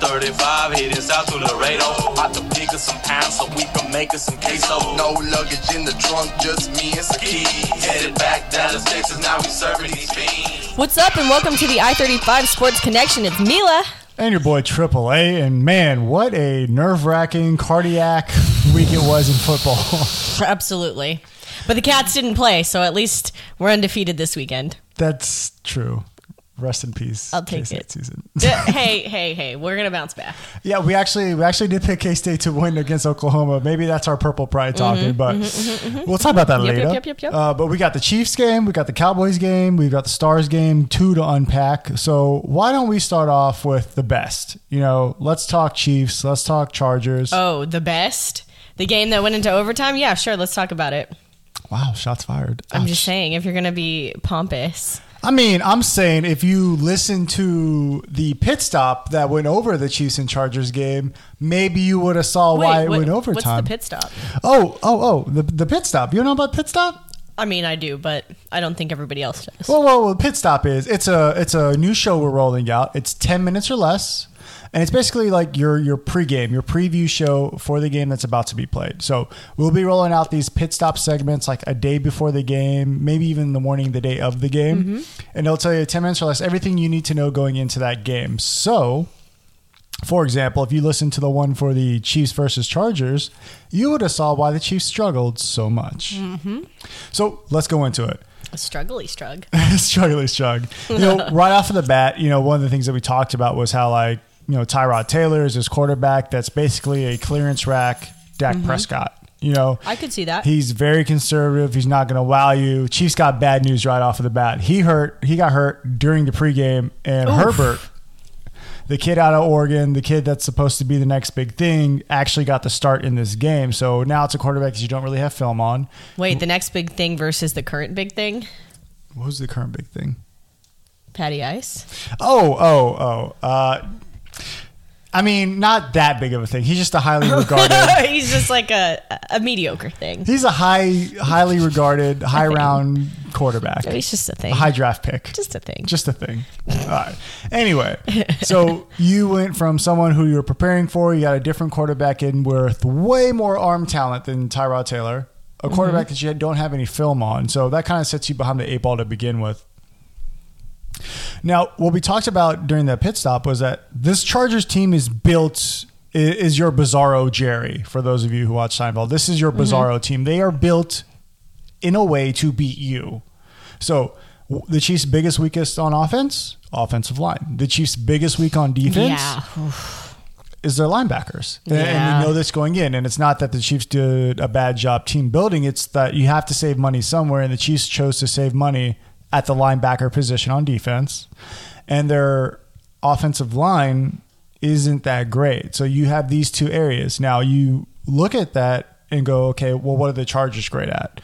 I-35 heading south to Laredo. About to pick up some pounds so we can make us some queso. No luggage in the trunk, just me and some keys. Headed back down to Texas, now we serving these fiends. What's up, and welcome to the I 35 Sports Connection. It's Mila. And your boy Triple A, and man, what a nerve wracking cardiac week it was in football. Absolutely. But the Cats didn't play, so at least we're undefeated this weekend. That's true. Rest in peace. I'll take K-State it. Season. D- hey, hey, hey, we're going to bounce back. Yeah, we actually we actually did pick K State to win against Oklahoma. Maybe that's our purple Mm-hmm, pride talking, but we'll talk about that Yep, later. yep, yep, yep, yep. Uh, but we got the Chiefs game, we got the Cowboys game, we've got the Stars game, two to unpack. So why don't we start off with the best? You know, let's talk Chiefs, let's talk Chargers. Oh, the best? The game that went into overtime? Yeah, sure, let's talk about it. wow, shots fired. I'm just Ouch. saying, if you're going to be pompous. I mean, I'm saying if you listen to the pit stop that went over the Chiefs and Chargers game, maybe you would have saw Oh, why it what- went overtime. What's the pit stop? Oh, oh, oh, the, the pit stop. You don't know about pit stop? I mean, I do, but I don't think everybody else does. Well, well, well, pit stop is it's a it's a new show we're rolling out. It's ten minutes or less, and it's basically like your your pregame, your preview show for the game that's about to be played. So we'll be rolling out these pit stop segments like a day before the game, maybe even the morning, the day of the game, and it'll tell you ten minutes or less everything you need to know going into that game. So. For example, if you listen to the one for the Chiefs versus Chargers, you would have saw why the Chiefs struggled so much. So let's go into it. A struggly strug. Struggly Strug. You know, right off of the bat, you know, one of the things that we talked about was how like, you know, Tyrod Taylor is his quarterback that's basically a clearance rack Dak Prescott. You know, Mm-hmm. I could see that. He's very conservative. He's not going to wow you. Chiefs got bad news right off of the bat. He hurt. He got hurt during the pregame, and Herbert, the kid out of Oregon, the kid that's supposed to be the next big thing, actually got the start in this game. So now it's a quarterback that you don't really have film on. Wait, the next big thing versus the current big thing? What was the current big thing? Patty Ice? Oh, oh, oh. Uh, I mean, not that big of a thing. He's just a highly regarded. He's just like a, a mediocre thing. he's a high, highly regarded, high round quarterback. He's just a thing. A high draft pick. Just a thing. Just a thing. All right. Anyway, so you went from someone who you were preparing for, you got a different quarterback in with way more arm talent than Tyrod Taylor, a Mm-hmm. quarterback that you don't have any film on. So that kind of sets you behind the eight ball to begin with. Now, what we talked about during that pit stop was that this Chargers team is built i- is your Bizarro Jerry. For those of you who watch Seinfeld, this is your Bizarro team. They are built in a way to beat you. So w- the Chiefs' biggest weakest on offense, offensive line. The Chiefs' biggest weak on defense yeah. is their linebackers. And- And Yeah. you know this going in. And it's not that the Chiefs did a bad job team building, it's that you have to save money somewhere. And the Chiefs chose to save money at the linebacker position on defense. And their offensive line isn't that great. So you have these two areas. Now you look at that and go, okay, well, what are the Chargers great at?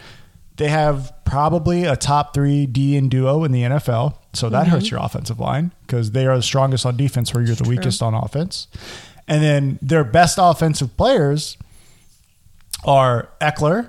They have probably a top three D and duo in the NFL. So that hurts your offensive line because they are the strongest on defense where you're the weakest on offense. And then their best offensive players are Eckler,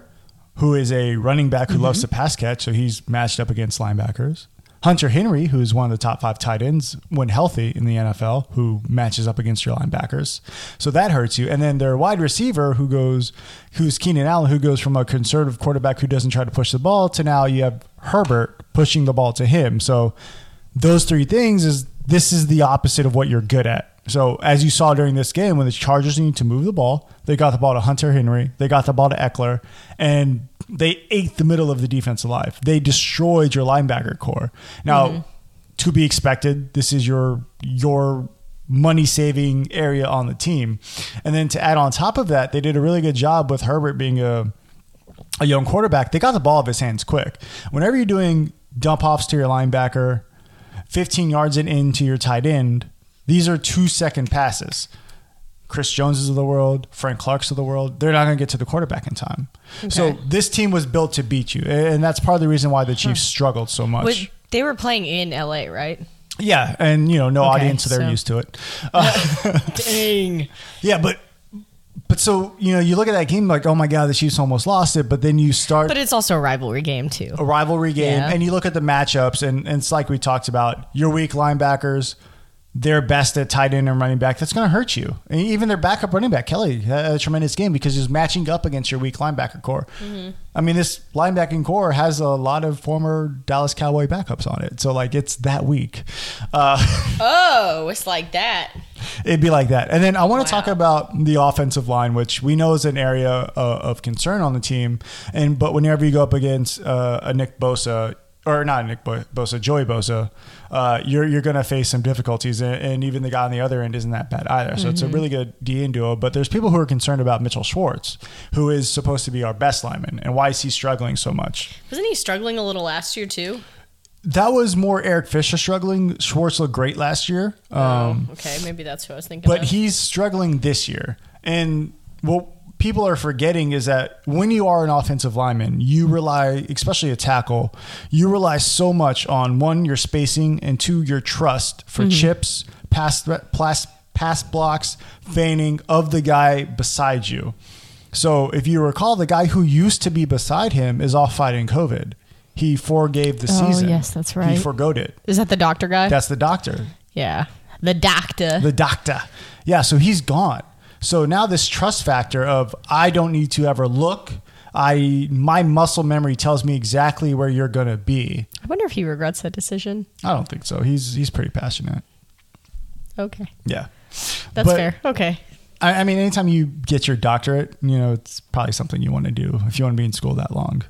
who is a running back who loves to pass catch, so he's matched up against linebackers. Hunter Henry, who is one of the top five tight ends when healthy in the NFL, who matches up against your linebackers. So that hurts you. And then their wide receiver, who goes, who's Keenan Allen, who goes from a conservative quarterback who doesn't try to push the ball to now you have Herbert pushing the ball to him. So those three things is this is the opposite of what you're good at. So as you saw during this game, when the Chargers needed to move the ball, they got the ball to Hunter Henry, they got the ball to Eckler, and they ate the middle of the defense alive. They destroyed your linebacker core. Now, to be expected, this is your your money saving area on the team. And then to add on top of that, they did a really good job with Herbert being a a young quarterback, they got the ball out of his hands quick. Whenever you're doing dump offs to your linebacker, 15 yards and into your tight end, these are two second passes. Chris Joneses of the world, Frank Clark's of the world, they're not going to get to the quarterback in time. So this team was built to beat you. And that's part of the reason why the Chiefs struggled so much. But they were playing in LA, right? yeah. And, you know, no Okay, audience, so they're so- used to it. Uh, Dang. yeah, but. But so, you know, you look at that game like, oh my God, the Chiefs almost lost it. But then you start. But it's also a rivalry game too. a rivalry game Yeah. and you look at the matchups and, and it's like we talked about your weak linebackers they're best at tight end and running back, that's going to hurt you. And even their backup running back, Kelly, had a tremendous game because he's matching up against your weak linebacker core. I mean, this linebacking core has a lot of former Dallas Cowboy backups on it. So, like, it's that weak. Uh, Oh, it's like that. It'd be like that. And then I want to Wow. talk about the offensive line, which we know is an area uh, of concern on the team. And but whenever you go up against uh, a Nick Bosa or not Nick Bo- Bosa, Joey Bosa, uh, you're you're going to face some difficulties. And, and even the guy on the other end isn't that bad either. So it's a really good D and duo. But there's people who are concerned about Mitchell Schwartz, who is supposed to be our best lineman, and why is he struggling so much? Wasn't he struggling a little last year too? That was more Eric Fisher struggling. Schwartz looked great last year. Um, Oh, Okay, maybe that's who I was thinking. but of. he's struggling this year. And what people are forgetting is that when you are an offensive lineman, you rely, especially a tackle, you rely so much on one, your spacing, and two, your trust Mm-hmm. for chips, pass, threat, pass, pass blocks, feigning of the guy beside you. So if you recall, the guy who used to be beside him is off fighting COVID. He forgave the Oh, season. yes, that's right. He forgoed it. is that the doctor guy? That's the doctor yeah, the doctor. the doctor. Yeah, so he's gone. So now this trust factor of I don't need to ever look. I my muscle memory tells me exactly where you're gonna be. I wonder if he regrets that decision. I don't think so. He's he's pretty passionate. Okay, Yeah, that's But- fair. Okay, I, I mean, anytime you get your doctorate, you know it's probably something you want to do if you want to be in school that long.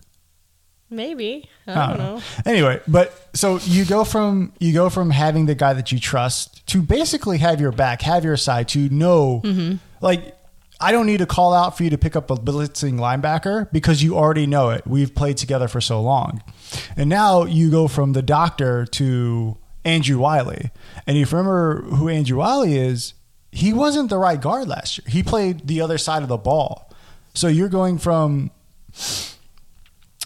maybe I don't know. Um, Anyway, but so you go from you go from having the guy that you trust to basically have your back, have your side, to know Mm-hmm. like I don't need to call out for you to pick up a blitzing linebacker because you already know it. We've played together for so long. And now you go from the doctor to Andrew Wiley. And if you remember who Andrew Wiley is, he wasn't the right guard last year. He played the other side of the ball. So you're going from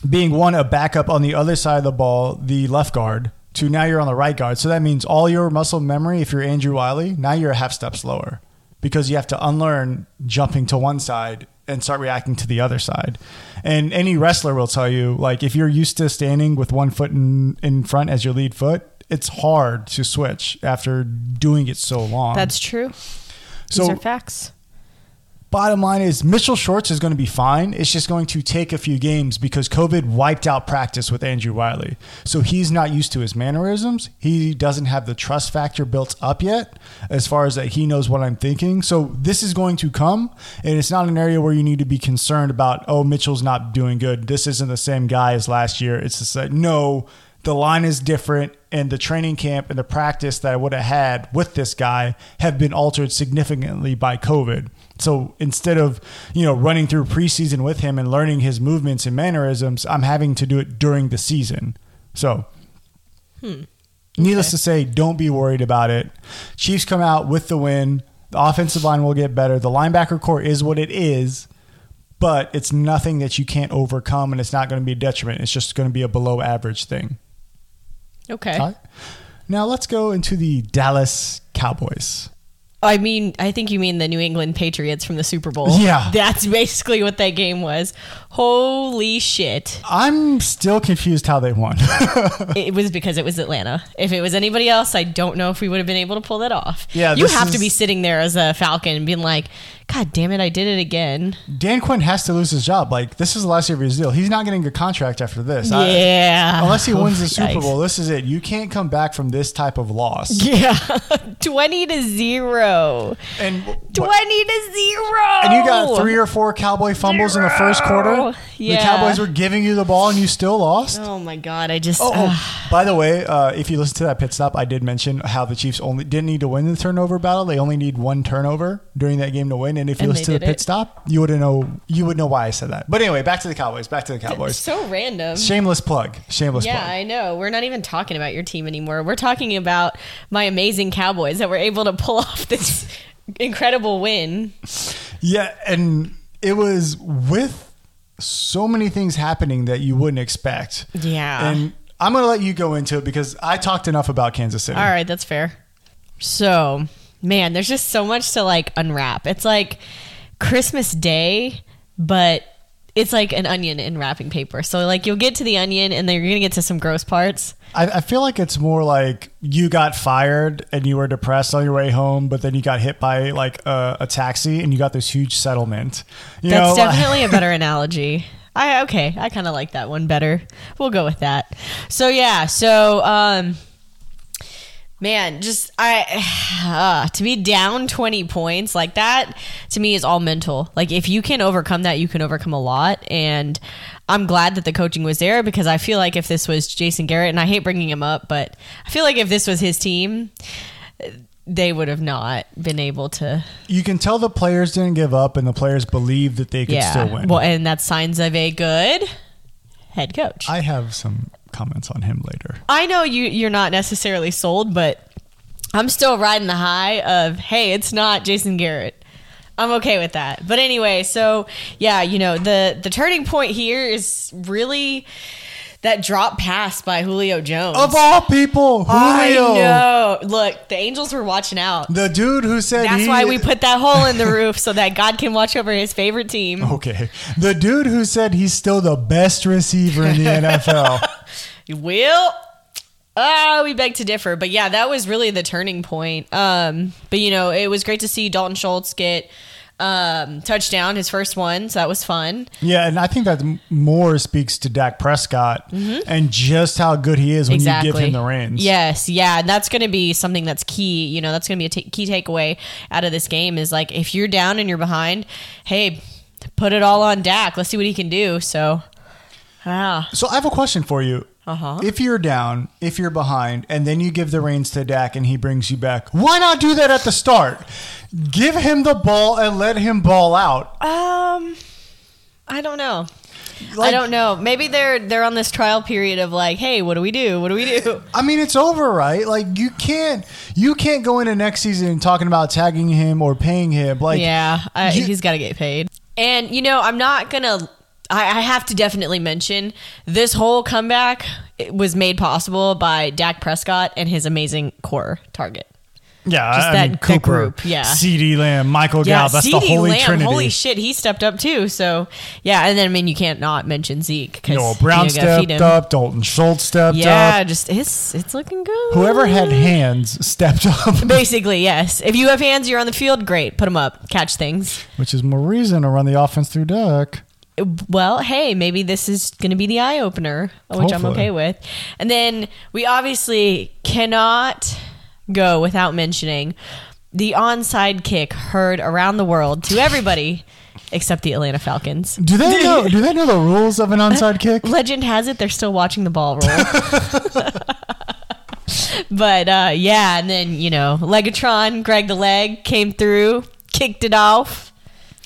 being one a backup on the other side of the ball, the left guard, to now you're on the right guard. So that means all your muscle memory, if you're Andrew Wiley, now you're a half step slower because you have to unlearn jumping to one side and start reacting to the other side. And any wrestler will tell you, like if you're used to standing with one foot in, in front as your lead foot, it's hard to switch after doing it so long. That's true. These So- are facts. Bottom line is Mitchell Schwartz is going to be fine. It's just going to take a few games because COVID wiped out practice with Andrew Wiley. So he's not used to his mannerisms. He doesn't have the trust factor built up yet as far as that he knows what I'm thinking. So this is going to come and it's not an area where you need to be concerned about, oh, Mitchell's not doing good. This isn't the same guy as last year. It's just like, no, the line is different and the training camp and the practice that I would have had with this guy have been altered significantly by COVID. So instead of, you know, running through preseason with him and learning his movements and mannerisms, I'm having to do it during the season. So needless to say, don't be worried about it. Chiefs come out with the win. The offensive line will get better. The linebacker core is what it is, but it's nothing that you can't overcome and it's not going to be a detriment. It's just going to be a below average thing. Okay. All right. Now let's go into the Dallas Cowboys. I mean, I think you mean the New England Patriots from the Super Bowl. Yeah. That's basically what that game was. Holy shit. I'm still confused how they won. It was because it was Atlanta. If it was anybody else, I don't know if we would have been able to pull that off. Yeah, You this have to is- be sitting there as a Falcon and being like, God damn it, I did it again. Dan Quinn has to lose his job. Like this is the last year of his deal. He's not getting a contract after this. I- yeah. unless he wins the Yikes. Super Bowl, this is it. You can't come back from this type of loss. Yeah. 20 to 0. And 20 to 0. and you got three or four Cowboy fumbles in the first quarter. The Yeah. Cowboys were giving you the ball and you still lost. Oh my God. I just. Oh, ugh. oh. by the way, uh, if you listen to that pit stop, I did mention how the Chiefs only didn't need to win the turnover battle. They only need one turnover during that game to win. And if you And listen they to the did pit it. stop, you would know you would know why I said that. But anyway, back to the Cowboys. Back to the Cowboys. So random. Shameless plug. Shameless Yeah, plug. I know. We're not even talking about your team anymore. We're talking about my amazing Cowboys that were able to pull off this incredible win. Yeah, and it was with so many things happening that you wouldn't expect. Yeah. And I'm gonna let you go into it because I talked enough about Kansas City. All right, that's fair. So, man, there's just so much to like unwrap. It's like Christmas Day, but it's like an onion in wrapping paper. So like you'll get to the onion and then you're gonna get to some gross parts. I, I feel like it's more like you got fired and you were depressed on your way home, but then you got hit by like a, a taxi and you got this huge settlement. You That's know, definitely a better analogy. I okay, I kind of like that one better. We'll go with that. So yeah, so um man, just I uh, to be down 20 points like that to me is all mental. Like if you can overcome that, you can overcome a lot and I'm glad that the coaching was there because I feel like if this was Jason Garrett and I hate bringing him up, but I feel like if this was his team, they would have not been able to you can tell the players didn't give up and the players believed that they could still win. well, and that's signs of a good head coach. I, I have some comments on him later. know you you're not necessarily sold, but I'm still riding the high of hey, it's not Jason Garrett. I'm okay with that. But anyway, so yeah, you know, the the turning point here is really that drop pass by Julio Jones. Of all people, I Julio, know. Look, the Angels were watching out. the dude who said That's he- why we put that hole in the roof so that God can watch over his favorite team. Okay, the dude who said he's still the best receiver in the NFL. Well, uh, we beg to differ, but yeah, that was really the turning point. Um, but you know, it was great to see Dalton Schultz get um, touchdown, his first one, so that was fun. Yeah, and I think that m- more speaks to Dak Prescott and just how good he is when Mm-hmm. exactly. you give him the reins. Yes, yeah, and that's going to be something that's key. You know, that's going to be a ta- key takeaway out of this game is like if you're down and you're behind, hey, put it all on Dak. Let's see what he can do. So, ah. wow, So I have a question for you. Uh-huh. If you're down, if you're behind, and then you give the reins to Dak and he brings you back, why not do that at the start? Give him the ball and let him ball out. um, I don't know. Like, I don't know. Maybe they're they're on this trial period of like, hey, what do we do? What do we do? I mean, it's over, right? Like you can't, you can't go into next season talking about tagging him or paying him. Like, yeah, I, you- he's got to get paid. And you know, I'm not gonna. I, I have to definitely mention this whole comeback it was made possible by Dak Prescott and his amazing core target. yeah, Just that- that Cooper, group, yeah. C.D. Lamb, Michael Gallup. That's the CeeDee holy Lamb, trinity. holy shit, he stepped up too. So yeah, and then I mean, you can't not mention Zeke because you know, Brown stepped up, uh, Dalton Schultz stepped Yeah, up. just it's it's looking good. Whoever had hands stepped up, Basically, yes. If you have hands, you're on the field. Great, put them up, catch things. which is more reason to run the offense through Dak. Well, hey, maybe this is going to be the eye opener, which I'm Hopefully. okay with. And then we obviously cannot go without mentioning the onside kick heard around the world to everybody except the Atlanta Falcons. Do they know? do they know the rules of an onside kick? Legend has it they're still watching the ball roll. but uh, yeah, and then you know Legatron, Greg the Leg came through, kicked it off.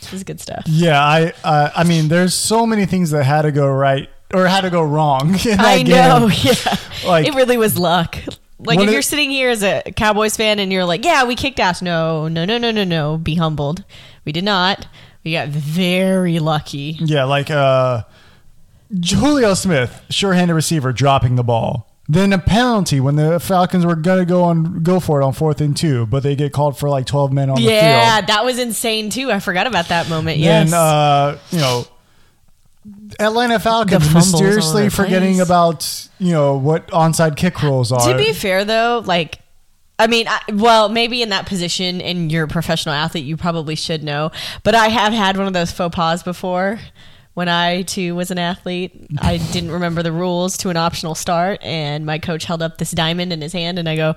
This is good stuff. Yeah, I, uh, I mean, there's so many things that had to go right or had to go wrong. In that I game. know. Yeah. Like- it really was luck. Like One if of you're the- sitting here as a Cowboys fan and you're like, "Yeah, we kicked ass." No, no, no, no, no, no. Be humbled. We did not. We got very lucky. Yeah, like uh, Julio Smith, sure-handed receiver, dropping the ball. Then a penalty when the Falcons were gonna go on go for it on fourth and two, but they get called for like 12 men on the Yeah, field. that was insane too. I forgot about that moment. Then Yes. uh, you know, Atlanta Falcons fumbles on mysteriously the forgetting plays. about you know what onside kick rules are. to be fair though, like I mean, I, well, maybe in that position and you're a professional athlete, you probably should know. But I have had one of those faux pas before. When I too was an athlete, I didn't remember the rules to an optional start, and my coach held up this diamond in his hand, and I go,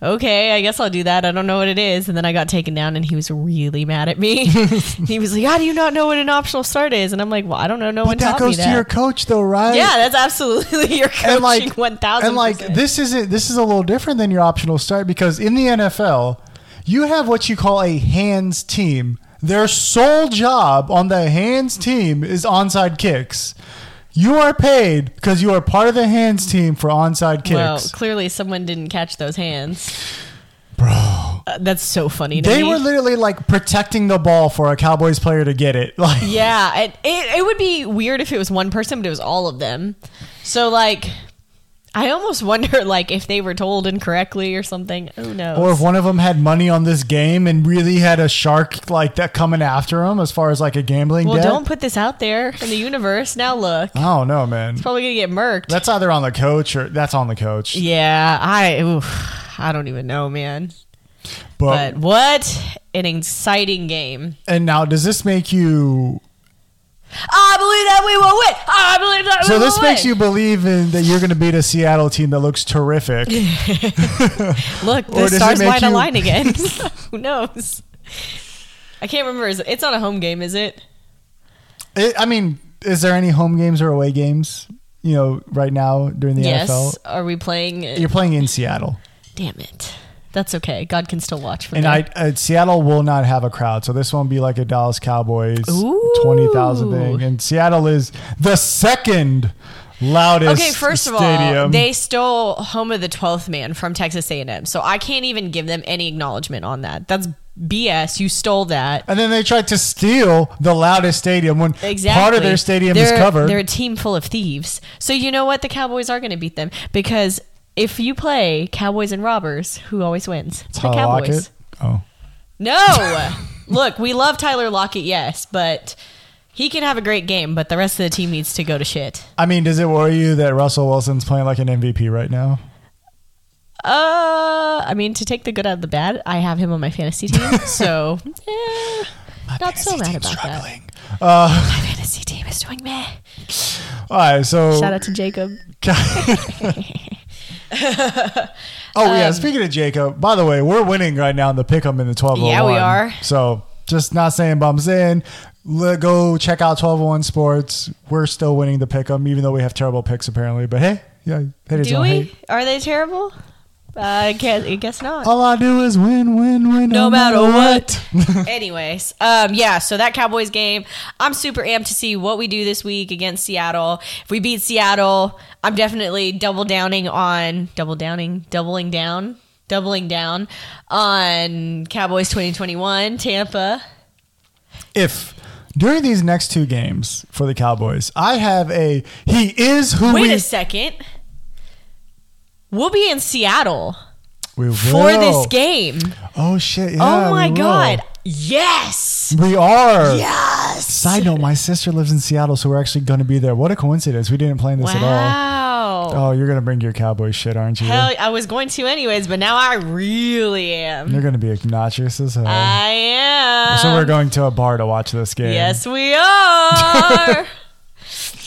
"Okay, I guess I'll do that. I don't know what it is." And then I got taken down, and he was really mad at me. he was like, "How do you not know what an optional start is?" And I'm like, "Well, I don't know. No one but that taught me goes that." to your coach though, right? yeah, that's absolutely your coaching. and like one thousand. and like this isn't this is a little different than your optional start because in the NFL you have what you call a hands team. Their sole job on the hands team is onside kicks. You are paid because you are part of the hands team for onside Well, kicks. clearly someone didn't catch those hands. Bro, Uh, that's so funny. To they me. were literally like protecting the ball for a Cowboys player to get it. Like yeah, it, it it would be weird if it was one person, but it was all of them. So like, I almost wonder, like, if they were told incorrectly or something. Who knows? Or if one of them had money on this game and really had a shark like that coming after him as far as like a gambling well, debt. don't put this out there in the universe. Now look, I don't know, man. probably gonna get murked. That's either on the coach or that's on the coach. yeah, I, oof, I don't even know, man. But, But what an exciting game! and now does this make you I believe that we will win. I believe that we So will this win. makes you believe in that you're going to beat a Seattle team that looks terrific. Look, the Or does it stars make might you- align again. Who knows? I can't remember. Is it, it's not a home game, is it? It- I mean, is there any home games or away games, you know, right now during the yes. NFL? Are we playing? It? You're playing in Seattle. Damn it. That's okay. God can still watch for And that. I, uh, Seattle will not have a crowd, so this won't be like a Dallas Cowboys Ooh. twenty thousand thing. And Seattle is the second loudest. Okay, first of all, stadium. they stole Home of the Twelfth Man from Texas A&M, so I can't even give them any acknowledgement on that. That's BS. You stole that. and then they tried to steal the loudest stadium when Exactly. part of their stadium they're, is covered. They're a team full of thieves. So you know what? The Cowboys are going to beat them because if you play Cowboys and Robbers, who always wins? It's the Tyler Cowboys. Lockett. Oh, No. Look, we love Tyler Lockett, yes, but he can have a great game, but the rest of the team needs to go to shit. I mean, does it worry you that Russell Wilson's playing like an MVP right now? Uh, I mean, to take the good out of the bad, I have him on my fantasy team, so eh, not so mad about that. My fantasy team is doing meh. All right, so Shout out to Jacob. Oh Um, yeah, speaking of Jacob, by the way, we're winning right now in the pick'em in the twelve. oh Yeah, we are. So just not saying bums in. Let go check out twelve oh one sports. We're still winning the pick'em, even though we have terrible picks apparently. But hey, yeah, haters Do don't we? hate. Are they terrible? Uh, I guess, I guess not. All I do is win, win, win. No matter Anyways, um, yeah, so that Cowboys game, I'm super amped to see what we do this week against Seattle. If we beat Seattle, I'm definitely double downing on double downing, doubling down, doubling down on Cowboys 2021, Tampa. If during these next two games for the Cowboys, I have a he is who Wait we a second. We'll be in Seattle we will. for this game. Oh shit! Yeah, oh my we will. god. Yes. We are. Yes. Side note: My sister lives in Seattle, so we're actually going to be there. What a coincidence! We didn't plan this at Wow. all. Oh, you're gonna bring your cowboy shit, aren't you? Hell, I was going to anyways, but now I really am. You're gonna be obnoxious as hell. I am. so we're going to a bar to watch this game. Yes, we are.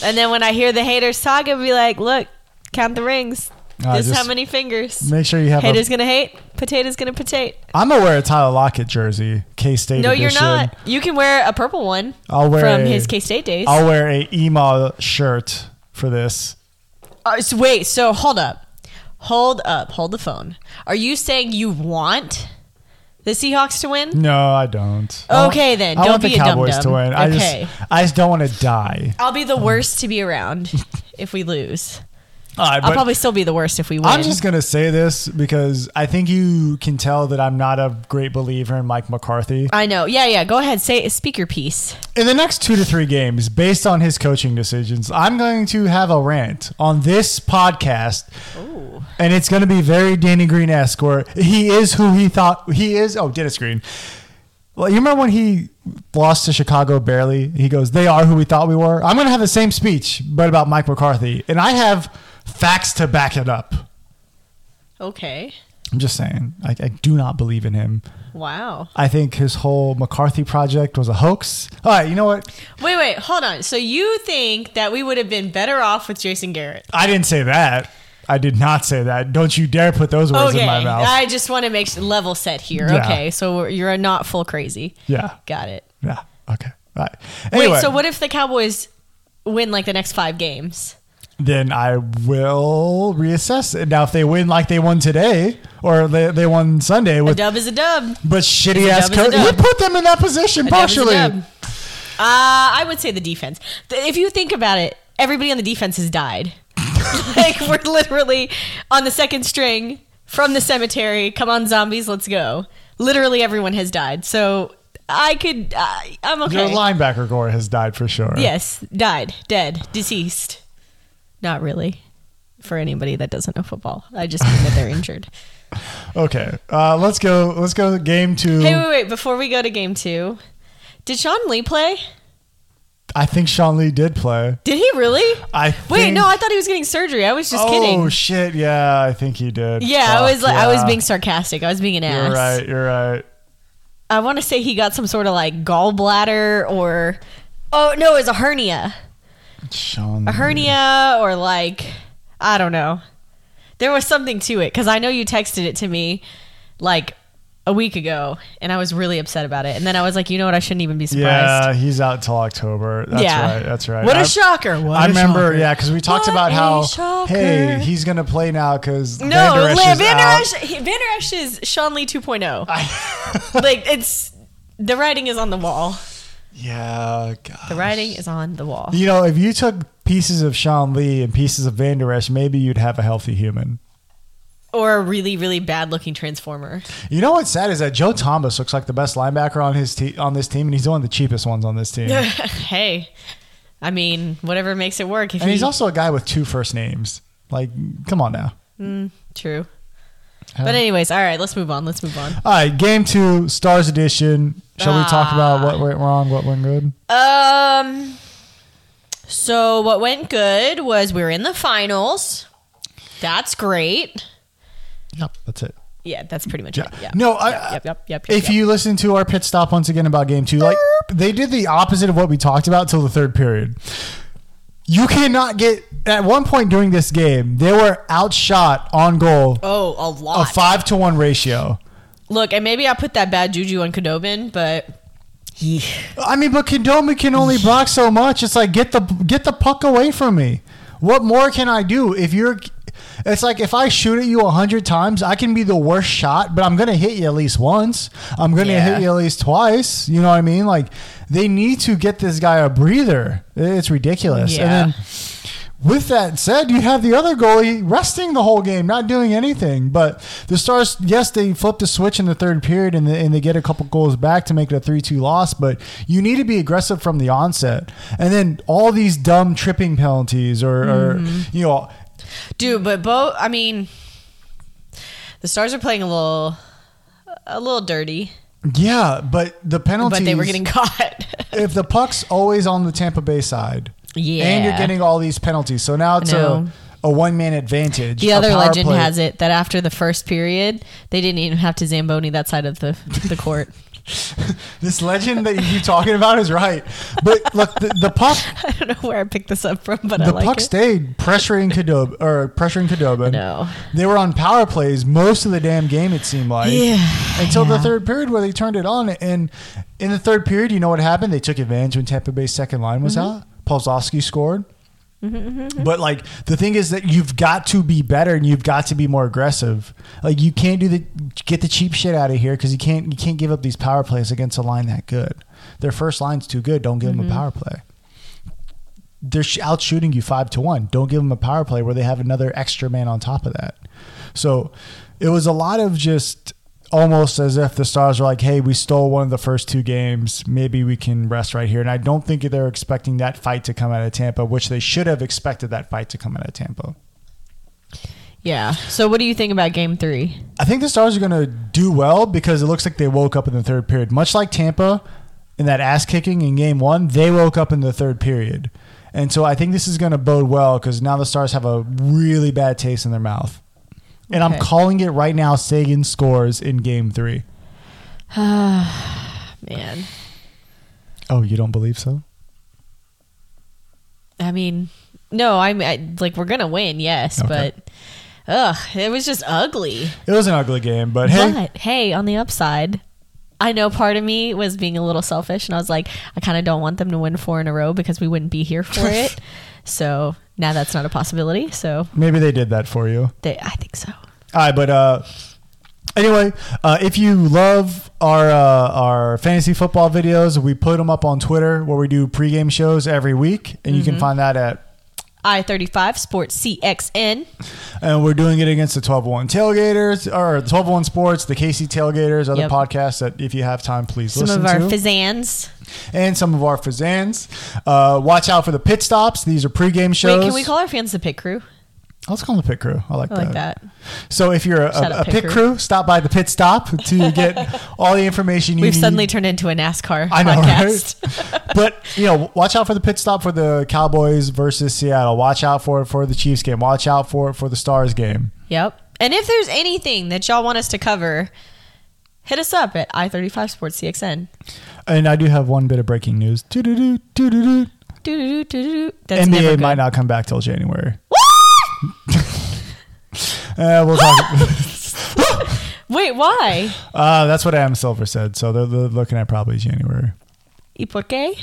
and then when I hear the haters talk, I'll be like, look, count the rings. Uh, this is how just many fingers. Make sure you have. Haters A, gonna hate, potatoes gonna potato. I'm gonna wear a Tyler Lockett jersey, K State. No, you're not. You can wear a purple one I'll wear from a, his K State days. I'll wear a emo shirt for this. Uh, so wait, so hold up. Hold up. Hold the phone. Are you saying you want the Seahawks to win? No, I don't. Okay, then. I Don't want be the a Cowboys dum-dum. to win. I Okay. just, I just don't want to die. I'll be the worst to be around if we lose. All right, I'll but- probably still be the worst if we win. I'm just gonna say this because I think you can tell that I'm not a great believer in Mike McCarthy. I know. Yeah, yeah. Go ahead. Say speak your piece. In the next two to three games, based on his coaching decisions, I'm going to have a rant on this podcast, and it's going to be very Danny Green esque, where he is who he thought he is. Oh, Dennis Green. Well, you remember when he lost to Chicago barely? He goes, "They are who we thought we were." I'm going to have the same speech, but about Mike McCarthy, and I have facts to back it up. Okay. I'm just saying, I, I do not believe in him. Wow. I think his whole McCarthy project was a hoax. All right, you know what? Wait, wait. Hold on. So you think that we would have been better off with Jason Garrett? I didn't say that. I did not say that. Don't you dare put those words Okay. in my mouth. I just want to make s- level set here. Yeah. Okay. So we're- you're not full crazy. yeah. Got it. Yeah. Okay. All right. Anyway, Wait. So what if the Cowboys win like the next five games? then I will reassess it. Now, if they win like they won today, or they, they won Sunday with Dub is a dub. but shitty ass dub is a coach, dub. you put them in that Dub position is a partially. dub. Uh, I would say the defense. Th- If you think about it, everybody on the defense has died. like we're literally on the second string from the cemetery. Come on, zombies, let's go. Literally everyone has died. So I could, uh, I'm Your okay. linebacker core has died for sure. Yes, died, dead, deceased. Not really. for anybody that doesn't know football. I just mean that they're injured. Okay, uh, let's go. Let's go to game two. Hey, wait, wait. Before we go to game two, did Sean Lee play? I think Sean Lee did play. Did he really? I Wait, think- no, I thought he was getting surgery. I was just oh, kidding. shit! Yeah, I think he did. yeah, I Fuck, was like, I was yeah. being sarcastic. I was being an ass. You're right. You're right. I want to say he got some sort of like gallbladder or oh no, it was a hernia, Sean. a hernia or like I don't know. There was something to it because I know you texted it to me like a week ago, and I was really upset about it. And then I was like, you know what? I shouldn't even be surprised. Yeah, he's out till October. That's Yeah. right. That's right. What a I- shocker! What I a remember, shocker. yeah, because we talked What about a how shocker. hey, he's gonna play now because No, Vander Esch Le- is Vander out. Esch, he- Vander Esch is Sean Lee oh. 2.0. like it's the writing is on the wall. Yeah, God. The writing is on the wall. You know, if you took pieces of Sean Lee and pieces of Vander Esch, maybe you'd have a healthy human. Or a really, really bad looking transformer. You know what's sad is that Joe Thomas looks like the best linebacker on his te- on this team, and he's one of the cheapest ones on this team. hey, I mean, whatever makes it work. If And he, he's also a guy with two first names. Like, come on now. true. But anyways, all right, let's move on. Let's move on. All right, game two, Stars Edition. Shall we talk about what went wrong, what went good? Um, so what went good was we were in the finals. That's great. Yep, that's it. Yeah, that's pretty much Yeah. it. Yeah. No, I, Yep, yep, yep. if you listen to our pit stop once again about game two, like they did the opposite of what we talked about till the third period. You cannot get at one point during this game, they were outshot on goal oh, a a lot. five to one ratio. Look, and maybe I put that bad juju on Kadobin, but I mean, but Kondomi can only block so much. It's like get the get the puck away from me. What more can I do? If you're, it's like if I shoot at you a hundred times, I can be the worst shot, but I'm gonna hit you at least once. I'm gonna Yeah. hit you at least twice. You know what I mean? Like they need to get this guy a breather. It's ridiculous. Yeah. And then with that said, you have the other goalie resting the whole game, not doing anything. But the Stars, yes, they flipped a switch in the third period and, they- and they get a couple goals back to make it a 3 2 loss. But you need to be aggressive from the onset. And then all these dumb tripping penalties or, or Mm-hmm. you know, dude, but Bo, I mean, the Stars are playing a little, a little dirty, yeah, but the penalties. but they were getting caught. If the puck's always on the Tampa Bay side. Yeah. And you're getting all these penalties. So now it's know. a, a one man advantage. The a other power legend play. has it that after the first period, they didn't even have to zamboni that side of the the court. This legend that you keep talking about is right. But look, the, the puck I don't know where I picked this up from, but I the like puck it. stayed pressuring Kadob or pressuring Kadobin. No. They were on power plays most of the damn game it seemed like. Yeah, Until the yeah. third period where they turned it on and in the third period, you know what happened? They took advantage when Tampa Bay's second line was out. Polzowski scored. But like the thing is that you've got to be better and you've got to be more aggressive. Like you can't do the get the cheap shit out of here because you can't you can't give up these power plays against a line that good. Their first line's too good. Don't give them a power play. They're sh- out shooting you five to one. Don't give them a power play where they have another extra man on top of that. So it was a lot of just almost as if the stars were like, "Hey, we stole one of the first two games. Maybe we can rest right here." And I don't think they're expecting that fight to come out of Tampa, which they should have expected that fight to come out of Tampa. yeah. So, what do you think about Game Three? I think the Stars are going to do well because it looks like they woke up in the third period, much like Tampa in that ass kicking in Game One. They woke up in the third period, and so I think this is going to bode well because now the Stars have a really bad taste in their mouth. And I'm Okay. calling it right now. Sagan scores in Game Three. Man, Oh, you don't believe so? I mean, no, I'm I, like we're gonna win, yes, Okay. but ugh, it was just ugly. It was an ugly game, but hey, But hey, on the upside, I know part of me was being a little selfish, and I was like, I kind of don't want them to win four in a row because we wouldn't be here for it. so now that's not a possibility. So maybe they did that for you. they, I think so. All right, but uh, anyway, uh, if you love our uh, our fantasy football videos, we put them up on Twitter where we do pregame shows every week, and you Mm-hmm. can find that at. I thirty five Sports CXN. And we're doing it against the 12-1 tailgaters or 12-1 sports, the KC tailgaters, other Yep. podcasts that if you have time, please Some listen of our to. Fazans. and some of our fazans. Uh, watch out for the pit stops. These are pregame shows. Wait, can we call our fans the pit crew? Let's call them the pit crew. I like, I like that. So if you're Shout a, out a pit pit crew. crew, stop by the pit stop to get all the information you We've need. suddenly turned into a NASCAR I know, podcast. right? but you know, watch out for the pit stop for the Cowboys versus Seattle. Watch out for it for the Chiefs game. Watch out for it for the Stars game. Yep. And if there's anything that y'all want us to cover, hit us up at i35 sportscxn. And I do have one bit of breaking news. Doo-doo-doo, doo-doo-doo. Doo-doo-doo, doo-doo-doo. That's never NBA good. might not come back till January. uh, we'll talk. Wait, why? uh, that's what Adam Silver said. So they're, they're looking at probably January. ¿Y por qué?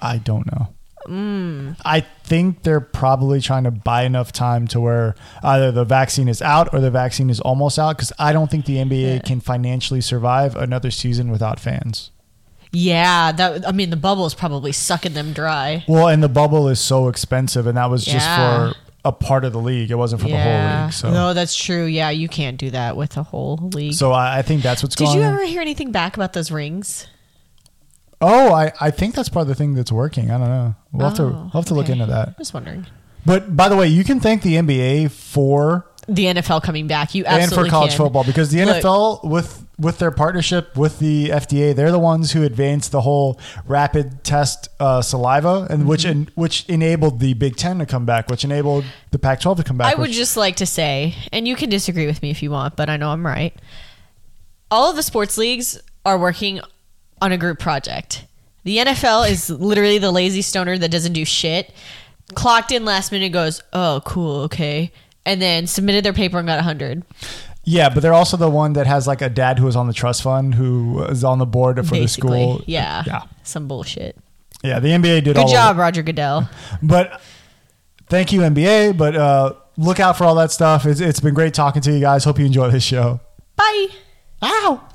I don't know. Mm. I think they're probably trying to buy enough time to where either the vaccine is out or the vaccine is almost out because I don't think the NBA can financially survive another season without fans. Yeah, that I mean the bubble's probably sucking them dry. Well, and the bubble is so expensive, and that was just Yeah. for a part of the league. It wasn't for the yeah. whole league. So, No, that's true. Yeah, you can't do that with the whole league. so I, I think that's what's Did going you on. ever hear anything back about those rings? Oh, I, I think that's part of the thing that's working. I don't know. We'll have to, Oh, we'll have to look okay. into that. Just wondering. But by the way, you can thank the NBA for The NFL coming back. You absolutely and for college can. football because the Look. NFL with with their partnership with the FDA, they're the ones who advanced the whole rapid test uh, saliva, and which Mm-hmm. en- which enabled the Big Ten to come back, which enabled the Pac-12 to come back. I would which- just like to say, and you can disagree with me if you want, but I know I'm right. All of the sports leagues are working on a group project. The NFL is literally the lazy stoner that doesn't do shit. Clocked in last minute, goes, oh, cool, okay. And then submitted their paper and got 100. yeah, but they're also the one that has like a dad who was on the trust fund who is on the board for the basically. school. Yeah. yeah, Some bullshit. yeah. The NBA did all Good of job, Roger Goodell. it. but thank you NBA. But uh, look out for all that stuff. It's, it's been great talking to you guys. Hope you enjoy this show. Bye. Ow.